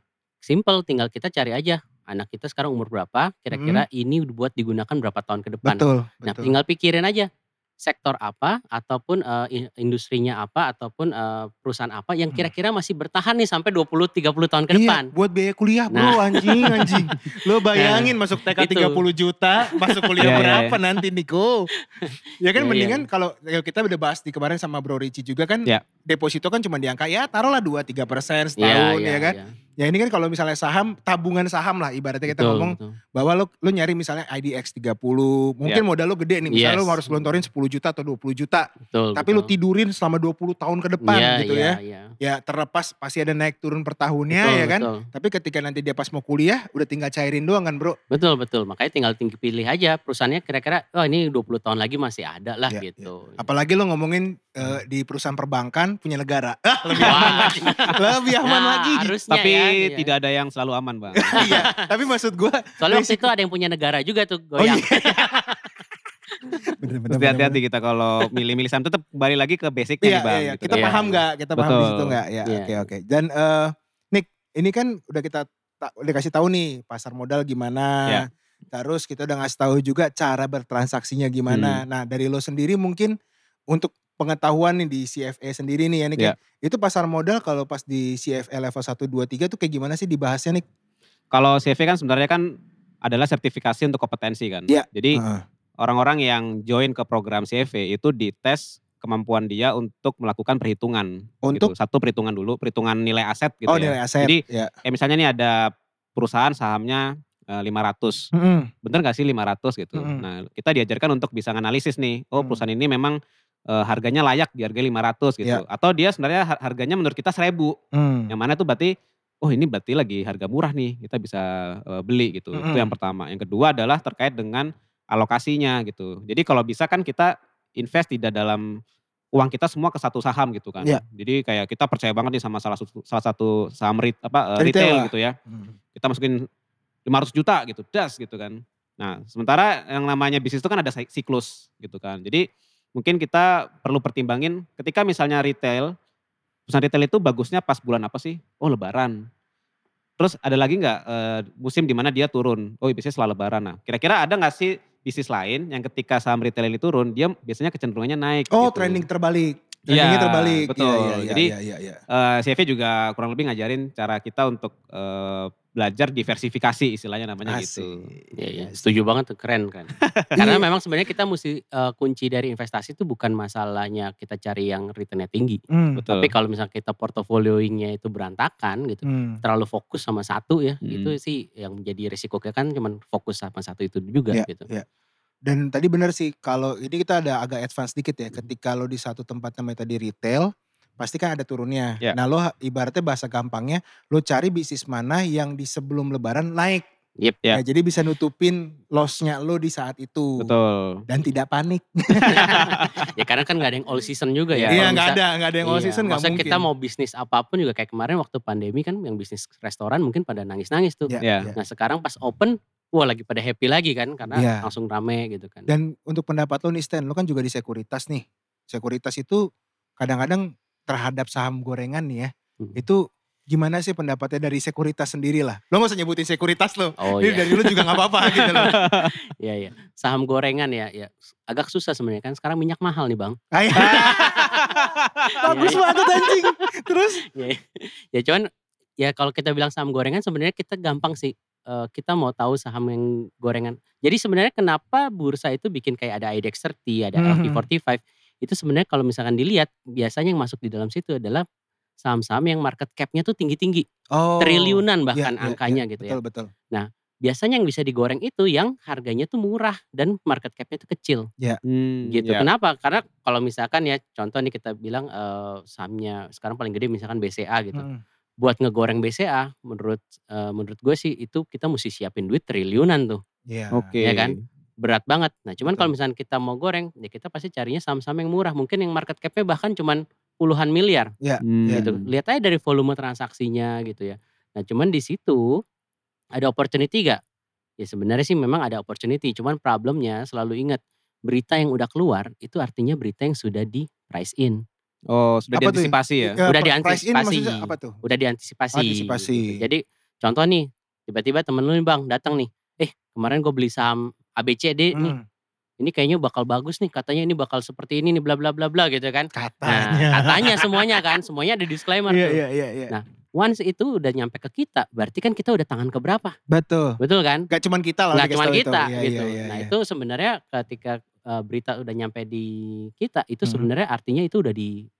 S4: Simple, tinggal kita cari aja anak kita sekarang umur berapa, kira-kira ini buat digunakan berapa tahun ke
S1: Hmm.
S4: depan.
S1: Betul.
S4: Nah,
S1: betul.
S4: tinggal pikirin aja sektor apa ataupun eh, in- industrinya apa ataupun eh, perusahaan apa yang
S1: Hmm.
S4: kira-kira masih bertahan nih sampai 20 30 tahun
S1: Iya,
S4: ke depan. Nah.
S1: buat biaya kuliah bro anjing anjing. Lo bayangin masuk TK
S4: itu.
S1: 30 juta,
S4: [LAUGHS]
S1: masuk
S2: Iya,
S1: kuliah
S2: iya,
S1: berapa nanti Niko. Ya kan
S4: Iya, iya.
S1: mendingan kalau kalau kita udah bahas di kemarin sama Bro Ricci juga kan
S2: Iya.
S1: deposito kan cuma di angka ya taruhlah 2 3 persen
S4: Iya,
S1: setahun
S4: iya,
S1: ya kan.
S4: iya.
S1: Ya ini kan kalau misalnya saham, tabungan saham lah ibaratnya kita
S4: Betul,
S1: ngomong
S4: betul.
S1: bahwa lo lo nyari misalnya IDX 30, mungkin modal lo gede nih, misalnya lo
S4: Iya. Yes.
S1: harus lontorin 10 juta atau 20 juta,
S4: Betul,
S1: tapi lo
S4: betul.
S1: tidurin selama 20 tahun ke depan
S4: Iya,
S1: gitu
S4: iya,
S1: ya.
S4: iya.
S1: Ya terlepas pasti ada naik turun per tahunnya
S4: Betul,
S1: ya kan.
S4: Betul.
S1: Tapi ketika nanti dia pas mau kuliah, udah tinggal cairin doang kan bro.
S4: betul, betul. Makanya tinggal tinggi pilih aja perusahaannya kira-kira oh ini 20 tahun lagi masih ada lah
S1: Iya, iya.
S4: gitu.
S1: Apalagi lo ngomongin eh, di perusahaan perbankan punya negara. [LAUGHS]
S4: Wah,
S1: Lebih aman
S4: nah,
S1: lagi. gitu.
S4: harusnya
S2: Tapi
S4: ya, iya.
S2: tidak ada yang selalu aman bang.
S1: Iya, tapi maksud [LAUGHS] gue.
S4: Soalnya waktu itu ada yang punya negara juga tuh
S1: Oh iya.
S4: goyang.
S1: Bener-bener.
S2: Mesti hati-hati kita kalau milih-milih saham tetap kembali lagi ke basicnya
S1: Iya,
S2: nih bang.
S1: iya,
S2: gitu
S1: kita
S2: kan.
S4: Iya.
S1: paham nggak? Kita paham di
S2: Betul.
S1: situ nggak? Ya,
S4: Iya.
S1: oke oke. Dan eh, Nick, ini kan udah kita ta- udah kasih tahu nih pasar modal gimana.
S2: Iya.
S1: Terus kita udah ngasih tahu juga cara bertransaksinya
S2: Hmm.
S1: gimana. Nah dari lo sendiri mungkin untuk pengetahuan nih di CFA sendiri nih ya Nick. ya.
S2: Iya.
S1: Itu pasar modal kalau pas di CFA level 1, 2, 3 tuh kayak gimana sih dibahasnya Nick?
S2: Kalau CV kan sebenarnya kan adalah sertifikasi untuk kompetensi kan.
S1: Iya.
S2: Jadi
S1: Heeh.
S2: orang-orang yang join ke program CV itu dites kemampuan dia untuk melakukan perhitungan.
S1: Untuk?
S2: gitu. satu perhitungan dulu, perhitungan nilai aset gitu
S1: oh
S2: ya.
S1: nilai aset.
S2: Jadi
S1: ya.
S2: Kayak misalnya nih ada perusahaan sahamnya eh, 500.
S1: Mm-mm.
S2: Bener gak sih 500 gitu.
S1: Mm-mm.
S2: Nah, kita diajarkan untuk bisa analisis nih. Oh,
S1: Mm.
S2: perusahaan ini memang eh, harganya layak di harga 500 gitu. Atau dia sebenarnya har- harganya menurut kita 1000.
S1: Ya. Mm.
S2: Yang mana tuh berarti oh ini berarti lagi harga murah nih, kita bisa eh, beli gitu. Itu
S1: Mm-mm.
S2: yang pertama. Yang kedua adalah terkait dengan alokasinya gitu. Jadi kalau bisa kan kita invest tidak dalam uang kita semua ke satu saham gitu kan.
S1: Iya.
S2: Jadi kayak kita percaya banget nih sama salah satu salah satu saham rit- apa
S1: Retail
S2: eh, retail
S1: lah.
S2: gitu ya
S1: Mm.
S2: kita masukin 500 juta gitu, das gitu kan. Nah, sementara yang namanya bisnis itu kan ada sik- siklus gitu kan. Jadi mungkin kita perlu pertimbangin ketika misalnya retail, perusahaan retail itu bagusnya pas bulan apa sih? Oh lebaran. Terus ada lagi nggak eh, musim di mana dia turun? Oh biasanya setelah lebaran. Nah, kira-kira ada nggak sih bisnis lain yang ketika saham retail ini turun, dia biasanya kecenderungannya naik.
S1: Oh
S2: gitu.
S1: trending terbalik. Trendingnya terbalik.
S2: betul.
S1: Iya, iya, iya,
S2: Jadi,
S1: iya, iya, iya.
S2: Eh, CV juga kurang lebih ngajarin cara kita untuk eh, belajar diversifikasi istilahnya namanya gitu.
S1: Asik.
S4: Iya, iya. setuju banget tuh keren
S1: [LAUGHS]
S4: keren.
S1: Iya.
S4: Karena memang sebenarnya kita mesti eh, kunci dari investasi itu bukan masalahnya kita cari yang returnnya tinggi.
S1: Mm.
S2: Betul.
S4: Tapi kalau misalnya kita portofolioingnya itu berantakan gitu,
S1: Mm.
S4: terlalu fokus sama satu ya,
S2: Hmm.
S4: itu sih yang menjadi risiko kita kan cuman fokus sama satu itu juga
S1: Iya,
S4: gitu.
S1: iya. Dan tadi benar sih kalau ini kita ada agak advance dikit
S4: Hmm.
S1: ya. Ketika lo di satu tempat namanya tadi retail, pasti kan ada turunnya.
S2: Ya.
S4: Iya.
S1: Nah lo ha- ibaratnya bahasa gampangnya lo cari bisnis mana yang di sebelum lebaran naik.
S4: Yep.
S2: Ya.
S4: iya.
S1: Nah, jadi bisa nutupin lossnya lo di saat itu.
S2: Betul.
S1: Dan tidak panik.
S4: ya karena kan nggak ada yang all season juga ya.
S1: Iya
S4: Kalau
S1: nggak
S4: misal-
S1: ada, nggak ada yang all
S4: Iya,
S1: season nggak
S4: maksudnya
S1: mungkin.
S4: kita mau bisnis apapun juga kayak kemarin waktu pandemi kan yang bisnis restoran mungkin pada nangis-nangis tuh.
S1: Ya, ya.
S2: Iya.
S4: Nah sekarang pas open, wah lagi pada happy lagi kan karena
S1: Iya.
S4: langsung rame gitu kan.
S1: Dan untuk pendapat lo nih Stan, lo kan juga di sekuritas nih. Sekuritas itu kadang-kadang terhadap saham gorengan nih ya.
S4: Hmm.
S1: Itu gimana sih pendapatnya dari sekuritas sendiri lah. Lo gak usah nyebutin sekuritas lo.
S4: Oh
S1: Ini
S4: iya,
S1: dari lu juga gak
S4: [LAUGHS]
S1: apa-apa gitu loh.
S4: iya, iya. Saham gorengan ya, ya agak susah sebenarnya kan sekarang minyak mahal nih bang. [LAUGHS]
S1: Ay, bagus
S4: Iya,
S1: banget anjing. Terus
S4: iya. Ya, ya cuman ya kalau kita bilang saham gorengan sebenarnya kita gampang sih. Eh, kita mau tahu saham yang gorengan. Jadi sebenarnya kenapa bursa itu bikin kayak ada IDX 30, ada
S1: Mhm.
S4: LQ45. Itu sebenarnya kalau misalkan dilihat biasanya yang masuk di dalam situ adalah saham-saham yang market cap-nya tuh tinggi-tinggi.
S1: oh,
S4: triliunan
S1: Iya,
S4: bahkan
S1: iya,
S4: angkanya
S1: iya,
S4: gitu ya.
S1: betul, Betul
S4: Biasanya yang bisa digoreng itu yang harganya tuh murah dan market cap-nya tuh kecil
S2: Hmm,
S4: gitu.
S2: ya.
S4: Kenapa? Karena kalau misalkan ya contoh nih kita bilang eh, sahamnya sekarang paling gede misalkan BCA gitu.
S1: Mm.
S2: Hmm.
S4: Buat ngegoreng BCA menurut eh, menurut gue sih itu kita mesti siapin duit triliunan tuh.
S1: Iya.
S2: Oke.
S4: Ya kan? Berat banget. Nah,
S2: Betul.
S4: cuman kalau misalkan kita mau goreng, ya kita pasti carinya saham-saham yang murah. Mungkin yang market cap-nya bahkan cuman puluhan miliar
S2: Hmm,
S1: Iya.
S4: gitu. Lihat aja ya. dari volume transaksinya gitu ya. Nah, cuman di situ ada opportunity gak? Ya sebenarnya sih memang ada opportunity, cuman problemnya selalu ingat berita yang udah keluar itu artinya berita yang sudah di price in,
S2: Oh, sudah
S1: Apa tuh?
S2: diantisipasi ya?
S1: Ya,
S4: Udah
S1: price in
S4: diantisipasi.
S1: maksudnya apa tuh?
S4: udah diantisipasi.
S1: Antisipasi.
S4: gitu. Jadi contoh nih, tiba-tiba temen lu nih bang datang nih, eh kemarin gue beli saham ABCD Iya, nih, Nah,
S1: Hmm,
S4: ini kayaknya bakal bagus nih, katanya ini bakal seperti ini nih, bla bla bla bla gitu kan. Nah,
S1: katanya.
S4: katanya semuanya kan, semuanya ada disclaimer
S1: Iya,
S4: tuh.
S1: iya, iya, iya.
S4: Nah. Once itu udah nyampe ke kita, berarti kan kita udah tangan keberapa,
S1: Betul.
S4: betul kan?
S1: Gak cuman kita lah. Iya,
S4: nggak
S1: dikasih
S4: cuma
S1: tahu itu.
S4: kita
S1: Iya,
S4: gitu.
S1: Iya, iya,
S4: nah
S1: iya.
S4: itu sebenarnya ketika uh, berita udah nyampe di kita
S1: Mhm.
S4: itu sebenarnya artinya itu udah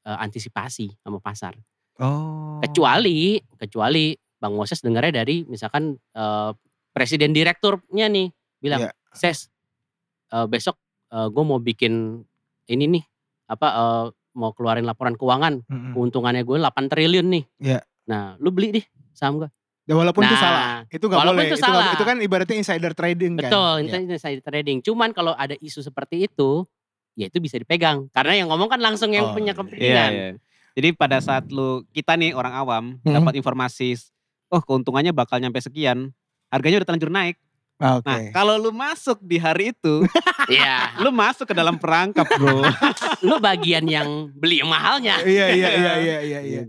S4: diantisipasi sama pasar.
S1: Oh.
S4: Kecuali kecuali Bang Moses dengarnya dari misalkan uh, presiden direkturnya nih bilang,
S1: Iya.
S4: "Ses, uh, besok gue mau bikin ini nih apa uh, mau keluarin laporan keuangan,
S1: Mm-mm.
S4: keuntungannya gue 8 triliun nih."
S1: Hmm. Iya.
S4: Nah, lu beli deh saham gue.
S1: Ya, walaupun itu
S4: Nah,
S1: salah. Itu gak
S4: walaupun
S1: boleh.
S4: itu
S1: Itu, nggak-
S4: salah.
S1: itu kan ibaratnya insider trading kan.
S4: Betul,
S1: Iya.
S4: insider trading. Cuman kalau ada isu seperti itu, ya itu bisa dipegang. Karena yang ngomong kan langsung yang
S1: Oh,
S4: punya
S1: iya.
S4: kepentingan.
S2: Iya, iya. Jadi pada saat lu kita nih orang awam
S1: Mhm.
S2: dapat informasi oh keuntungannya bakal nyampe sekian, harganya udah terlanjur naik.
S1: Ah, Oke.
S2: Nah, kalau lu masuk di hari itu,
S4: [LAUGHS] Iya.
S2: lu masuk ke dalam perangkap,
S1: [LAUGHS]
S2: Bro.
S4: Lu bagian yang beli yang mahalnya.
S1: [LAUGHS]
S4: Gitu.
S1: Iya, iya,
S4: [LAUGHS]
S1: iya, iya, iya, iya.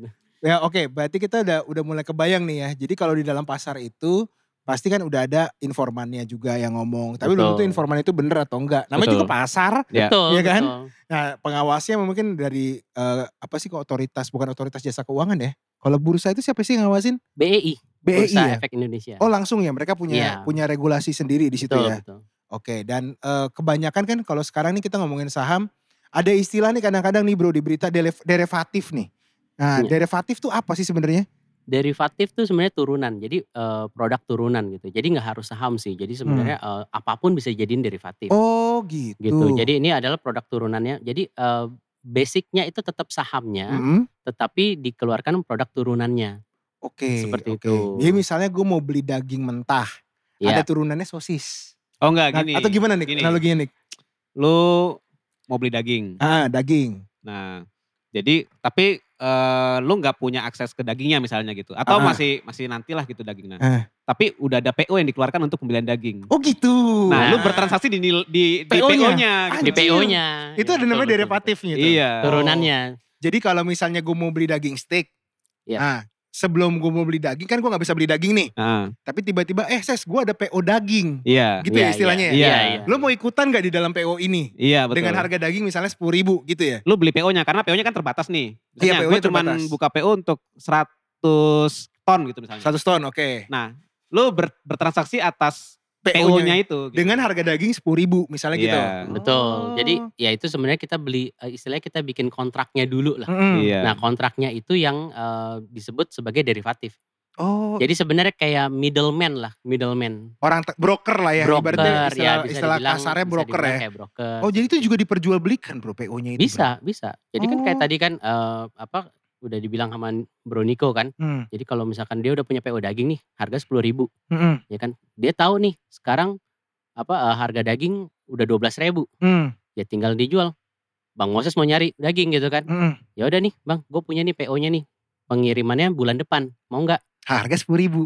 S1: Ya oke, berarti kita udah udah mulai kebayang nih ya. Jadi kalau di dalam pasar itu pasti kan udah ada informannya juga yang ngomong. Tapi belum
S4: Betul.
S1: tentu informan itu bener atau enggak. Namanya
S2: Betul.
S1: juga pasar.
S2: Iya.
S4: Betul,
S1: Iya kan?
S4: betul.
S1: Nah, pengawasnya mungkin dari eh, apa sih kok otoritas bukan otoritas jasa keuangan ya. Kalau bursa itu siapa sih yang ngawasin?
S4: BEI,
S1: BEI
S4: Bursa
S1: ya.
S4: Efek Indonesia.
S1: Oh, langsung ya mereka
S4: Iya.
S1: punya punya regulasi sendiri di situ
S4: betul,
S1: ya.
S4: betul.
S1: Oke, dan eh, kebanyakan kan kalau sekarang nih kita ngomongin saham, ada istilah nih kadang-kadang nih Bro di berita delef- derivatif nih. Nah,
S4: Iya.
S1: derivatif tuh apa sih sebenarnya?
S4: Derivatif tuh sebenarnya turunan. Jadi eh, produk turunan gitu. Jadi nggak harus saham sih. Jadi sebenarnya eh, apapun bisa jadiin derivatif.
S1: Hmm. Oh, gitu.
S4: gitu. Jadi ini adalah produk turunannya. Jadi eh, basicnya itu tetap sahamnya,
S1: Mm-mm.
S4: tetapi dikeluarkan produk turunannya.
S1: Oke.
S4: Seperti
S1: oke.
S4: itu.
S1: Jadi misalnya gue mau beli daging mentah, ada
S4: Iya.
S1: turunannya sosis.
S2: Oh enggak
S1: Nah,
S2: gini.
S1: atau gimana nih
S2: Gini.
S1: analoginya nih?
S2: Lu mau beli daging.
S1: Ah, daging.
S2: Nah, jadi tapi eh, lu nggak punya akses ke dagingnya misalnya gitu
S1: Ah.
S2: atau masih masih nantilah gitu dagingnya.
S1: Ah.
S2: Tapi udah ada PO yang dikeluarkan untuk pembelian daging.
S1: Oh gitu.
S2: Nah, lu
S4: Nah.
S2: bertransaksi di nil- di, gitu. di
S1: PO -nya.
S2: PO-nya.
S1: Anjir.
S4: di PO-nya.
S1: itu
S4: Ya,
S1: ada
S4: betul,
S1: namanya
S4: betul,
S1: derivatif
S4: betul.
S1: gitu.
S2: Iya.
S4: Turunannya.
S1: Jadi kalau misalnya gue mau beli daging steak,
S4: Iya.
S1: nah sebelum gue mau beli daging kan gue nggak bisa beli daging nih.
S2: Nah,
S1: Tapi tiba-tiba eh ses gue ada PO daging.
S2: iya.
S1: Gitu ya istilahnya
S2: ya? Iya.
S1: Lo mau ikutan gak di dalam PO ini?
S2: Iya, betul.
S1: Dengan harga daging misalnya sepuluh ribu gitu ya?
S2: lu beli PO-nya karena PO-nya kan terbatas nih.
S1: Iya,
S2: Misalnya
S1: PO-nya
S2: gue cuman
S1: terbatas.
S2: buka PO untuk 100 ton gitu misalnya.
S1: Satu ton, oke.
S2: Nah, lu ber- bertransaksi atas
S1: PO-nya
S2: PO-nya itu. gitu.
S1: dengan harga daging sepuluh ribu misalnya gitu.
S2: Iya.
S4: Betul. Jadi ya itu sebenarnya kita beli eh, istilahnya kita bikin kontraknya dulu lah.
S1: Mm-mm.
S2: Iya.
S4: Nah, kontraknya itu yang eh, disebut sebagai derivatif.
S1: Oh,
S4: Jadi sebenarnya kayak middleman lah, middleman.
S1: orang te- broker lah ya.
S4: broker
S1: Ibaratnya
S4: ya
S1: istilah,
S4: bisa
S1: istilah
S4: dibilang-
S1: kasarnya
S4: bisa
S1: broker
S4: dibilang
S1: ya.
S4: Kayak broker.
S1: Oh, jadi itu juga diperjualbelikan bro PO-nya itu.
S4: bisa, bisa. Jadi kan kayak
S1: Oh.
S4: tadi kan eh, apa udah dibilang sama Bro Nico kan.
S1: Bro? Hmm.
S4: Jadi kalau misalkan dia udah punya PO daging nih, harga 10.000 ribu.
S1: Mm-mm.
S4: ya kan dia tahu nih sekarang apa eh, harga daging udah 12.000
S1: Mm.
S4: ya tinggal dijual bang Moses mau nyari daging gitu kan
S1: Mm-mm.
S4: ya udah nih bang gue punya nih PO nya nih pengirimannya bulan depan mau nggak
S1: Harga sepuluh ribu.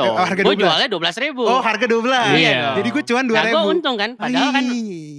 S1: Harga-
S4: dong
S1: oh, harga
S4: gue
S1: 12.
S4: jualnya 12.000 ribu
S1: Oh, harga dua belas.
S4: Iya dong.
S1: Jadi gue cuan dua
S4: nah gue
S1: ribu. Iya.
S4: untung kan padahal kan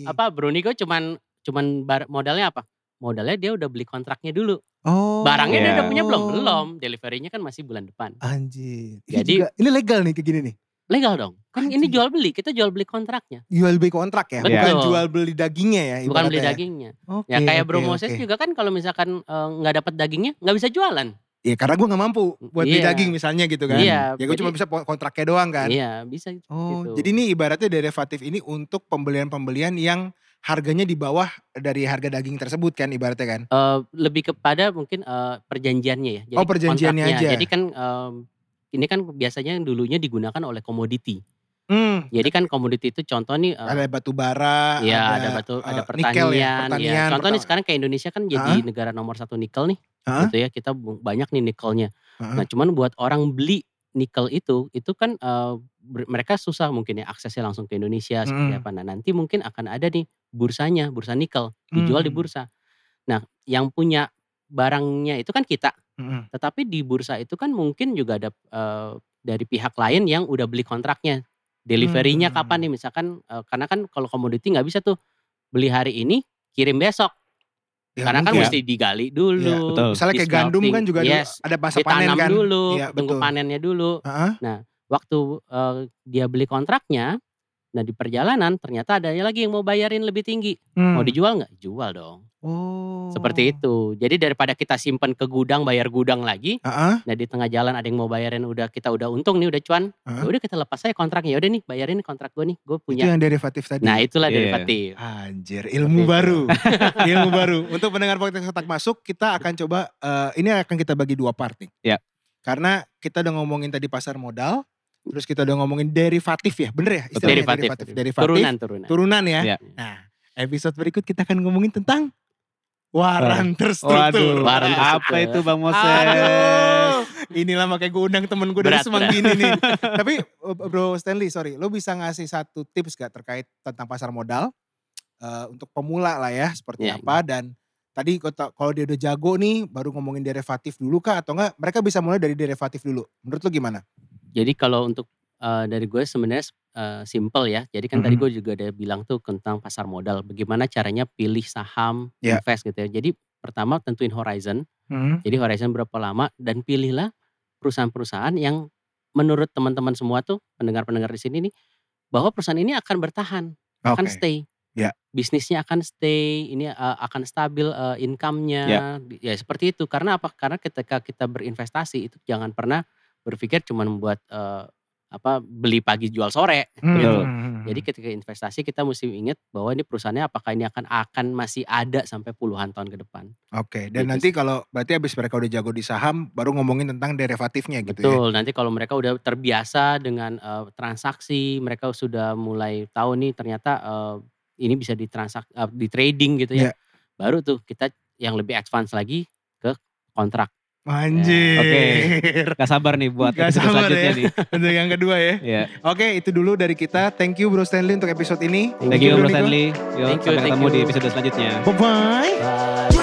S4: apa Bruni gue cuman cuman bar- modalnya apa modalnya dia udah beli kontraknya dulu
S1: Oh.
S4: barangnya dia
S2: Iya.
S4: udah punya belum belum deliverynya kan masih bulan depan
S1: Anjir. Ini
S4: Jadi-
S1: juga- ini legal nih kayak gini nih.
S4: legal dong kan ini
S1: Anjing.
S4: jual beli kita jual beli kontraknya
S1: Jual beli kontrak ya,
S4: Betul.
S1: bukan jual beli dagingnya ya.
S4: bukan
S1: ibaratnya
S4: beli
S1: ya.
S4: dagingnya
S1: Oke,
S4: Ya kayak
S1: oke,
S4: Bro Moses
S1: oke.
S4: juga kan kalau misalkan eh, nggak dapat dagingnya nggak bisa jualan.
S1: Iya karena gue gak mampu buat beli
S4: Iya.
S1: daging misalnya gitu kan. Ya
S4: Iya,
S1: gue
S4: jadi-
S1: cuma bisa po- kontraknya doang kan.
S4: Iya bisa.
S1: Oh
S4: gitu.
S1: jadi ini ibaratnya derivatif ini untuk pembelian-pembelian yang harganya di bawah dari harga daging tersebut kan ibaratnya kan.
S4: Eh, lebih kepada mungkin eh, perjanjiannya ya. Jadi
S1: Oh, perjanjiannya
S4: kontraknya.
S1: aja.
S4: Jadi kan em, ini kan biasanya dulunya digunakan oleh komoditi.
S1: Hmm.
S4: Jadi kan komoditi itu contoh nih. eh,
S1: Ada batu bara.
S4: ya ada batu,
S1: eh,
S4: ada pertanian.
S1: nikel
S4: ya.
S1: ya, pertanian.
S4: Contoh nih
S1: pertama-
S4: sekarang kayak Indonesia kan jadi negara nomor satu nikel nih,
S1: Hah?
S4: gitu ya. Kita bu- banyak nih nikelnya.
S1: Hah?
S4: Nah cuman buat orang beli nikel itu, itu kan eh, ber- mereka susah mungkin ya aksesnya langsung ke Indonesia seperti
S1: Mm.
S4: apa. Nah nanti mungkin akan ada nih bursanya, bursa nikel dijual di
S1: Hmm.
S4: bursa. Nah yang punya barangnya itu kan kita,
S1: Mm-mm.
S4: tetapi di bursa itu kan mungkin juga ada eh, dari pihak lain yang udah beli kontraknya. Deliverynya
S1: Hmm.
S4: kapan nih misalkan eh, karena kan kalau komoditi nggak bisa tuh beli hari ini kirim besok
S1: Ya,
S4: karena kan
S1: mungkin.
S4: mesti digali dulu.
S2: betul.
S1: Misalnya kayak gandum kan juga dulu
S4: Yes.
S1: ada bahasa panen
S4: ditanam
S1: kan.
S4: dulu,
S1: Iya,
S4: tunggu
S1: betul.
S4: panennya dulu.
S1: Heeh.
S4: Waktu eh, dia beli kontraknya, nah di perjalanan ternyata ada lagi yang mau bayarin lebih tinggi.
S1: Hmm.
S4: Mau dijual nggak? Jual dong.
S1: Oh.
S4: Seperti itu. Jadi daripada kita simpen ke gudang bayar gudang lagi,
S1: Heeh.
S4: nah di tengah jalan ada yang mau bayarin udah kita udah untung nih udah cuan.
S1: Hah?
S4: Ya udah kita lepas aja kontraknya. Ya udah nih bayarin kontrak gue nih, gue
S1: Itu
S4: punya.
S1: yang derivatif tadi.
S4: Nah itulah
S2: Iya.
S4: derivatif.
S1: Anjir, ilmu
S4: Seperti itu. [LAUGHS]
S1: baru. ilmu baru. Untuk pendengar podcast kotak masuk, kita akan coba eh, ini akan kita bagi dua part nih.
S2: Ya.
S1: Karena kita udah ngomongin tadi pasar modal, terus kita udah ngomongin derivatif ya, bener ya istilahnya
S4: Derivatif.
S1: derivatif. Derivatif.
S4: Turunan turunan.
S1: Turunan ya.
S2: Ya.
S1: Nah, episode berikut kita akan ngomongin tentang waran
S2: Waduh,
S1: terstruktur.
S4: Barang
S2: apa
S4: terstruktur.
S2: itu Bang Moses?
S1: Aduh, inilah makanya gue undang temen gue dari
S4: Berat, ya.
S1: Semang gini
S4: [LAUGHS]
S1: nih. Tapi eh, Bro Stanley, sorry, lo bisa ngasih satu tips gak terkait tentang pasar modal Eh, untuk pemula lah ya, seperti
S4: Iya.
S1: apa dan tadi kota- kalau dia udah jago nih, baru ngomongin derivatif dulu kah atau enggak? Mereka bisa mulai dari derivatif dulu. Menurut lo gimana?
S4: Jadi kalau untuk eh, dari gue sebenarnya eh, simple ya. Jadi kan tadi
S1: Mhm.
S4: gue juga ada bilang tuh tentang pasar modal. Bagaimana caranya pilih saham,
S1: Ya.
S4: invest gitu ya. Jadi pertama tentuin horizon. Jadi horizon berapa lama dan pilihlah perusahaan-perusahaan yang menurut teman-teman semua tuh pendengar-pendengar di sini nih bahwa perusahaan ini akan bertahan, akan stay.
S1: Ya.
S4: Bisnisnya akan stay, ini eh, akan stabil eh, income-nya.
S2: Ya.
S4: Ya seperti itu. Karena apa? Karena ketika kita berinvestasi itu jangan pernah berpikir cuma membuat eh, apa beli pagi jual sore.
S2: Betul.
S4: Jadi ketika investasi kita mesti ingat bahwa ini perusahaannya apakah ini akan akan masih ada sampai puluhan tahun ke depan.
S1: Oke, dan
S4: Gitu
S1: nanti kalau berarti abis mereka udah jago di saham, baru ngomongin tentang derivatifnya gitu ya.
S4: Betul. Nanti kalau mereka udah terbiasa dengan eh, transaksi, mereka sudah mulai tahu nih ternyata eh, ini bisa ditransak eh, di trading gitu ya.
S1: Iya.
S4: Baru tuh kita yang lebih advance lagi ke kontrak.
S1: Anjir. [LAUGHS]
S2: Oke. Gak sabar nih buat
S1: Gak
S2: episode
S1: sabar
S2: selanjutnya
S1: ya.
S2: nih.
S1: Untuk yang kedua ya.
S2: Iya.
S1: Oke, itu dulu dari kita. Thank you Bro Stanley untuk episode ini.
S2: Thank you
S1: Bro Nico.
S2: Bro Stanley. Yo,
S4: Thank you,
S2: sampai
S4: thank
S2: ketemu di
S4: you.
S2: episode selanjutnya.
S1: Bye-bye.
S4: Bye.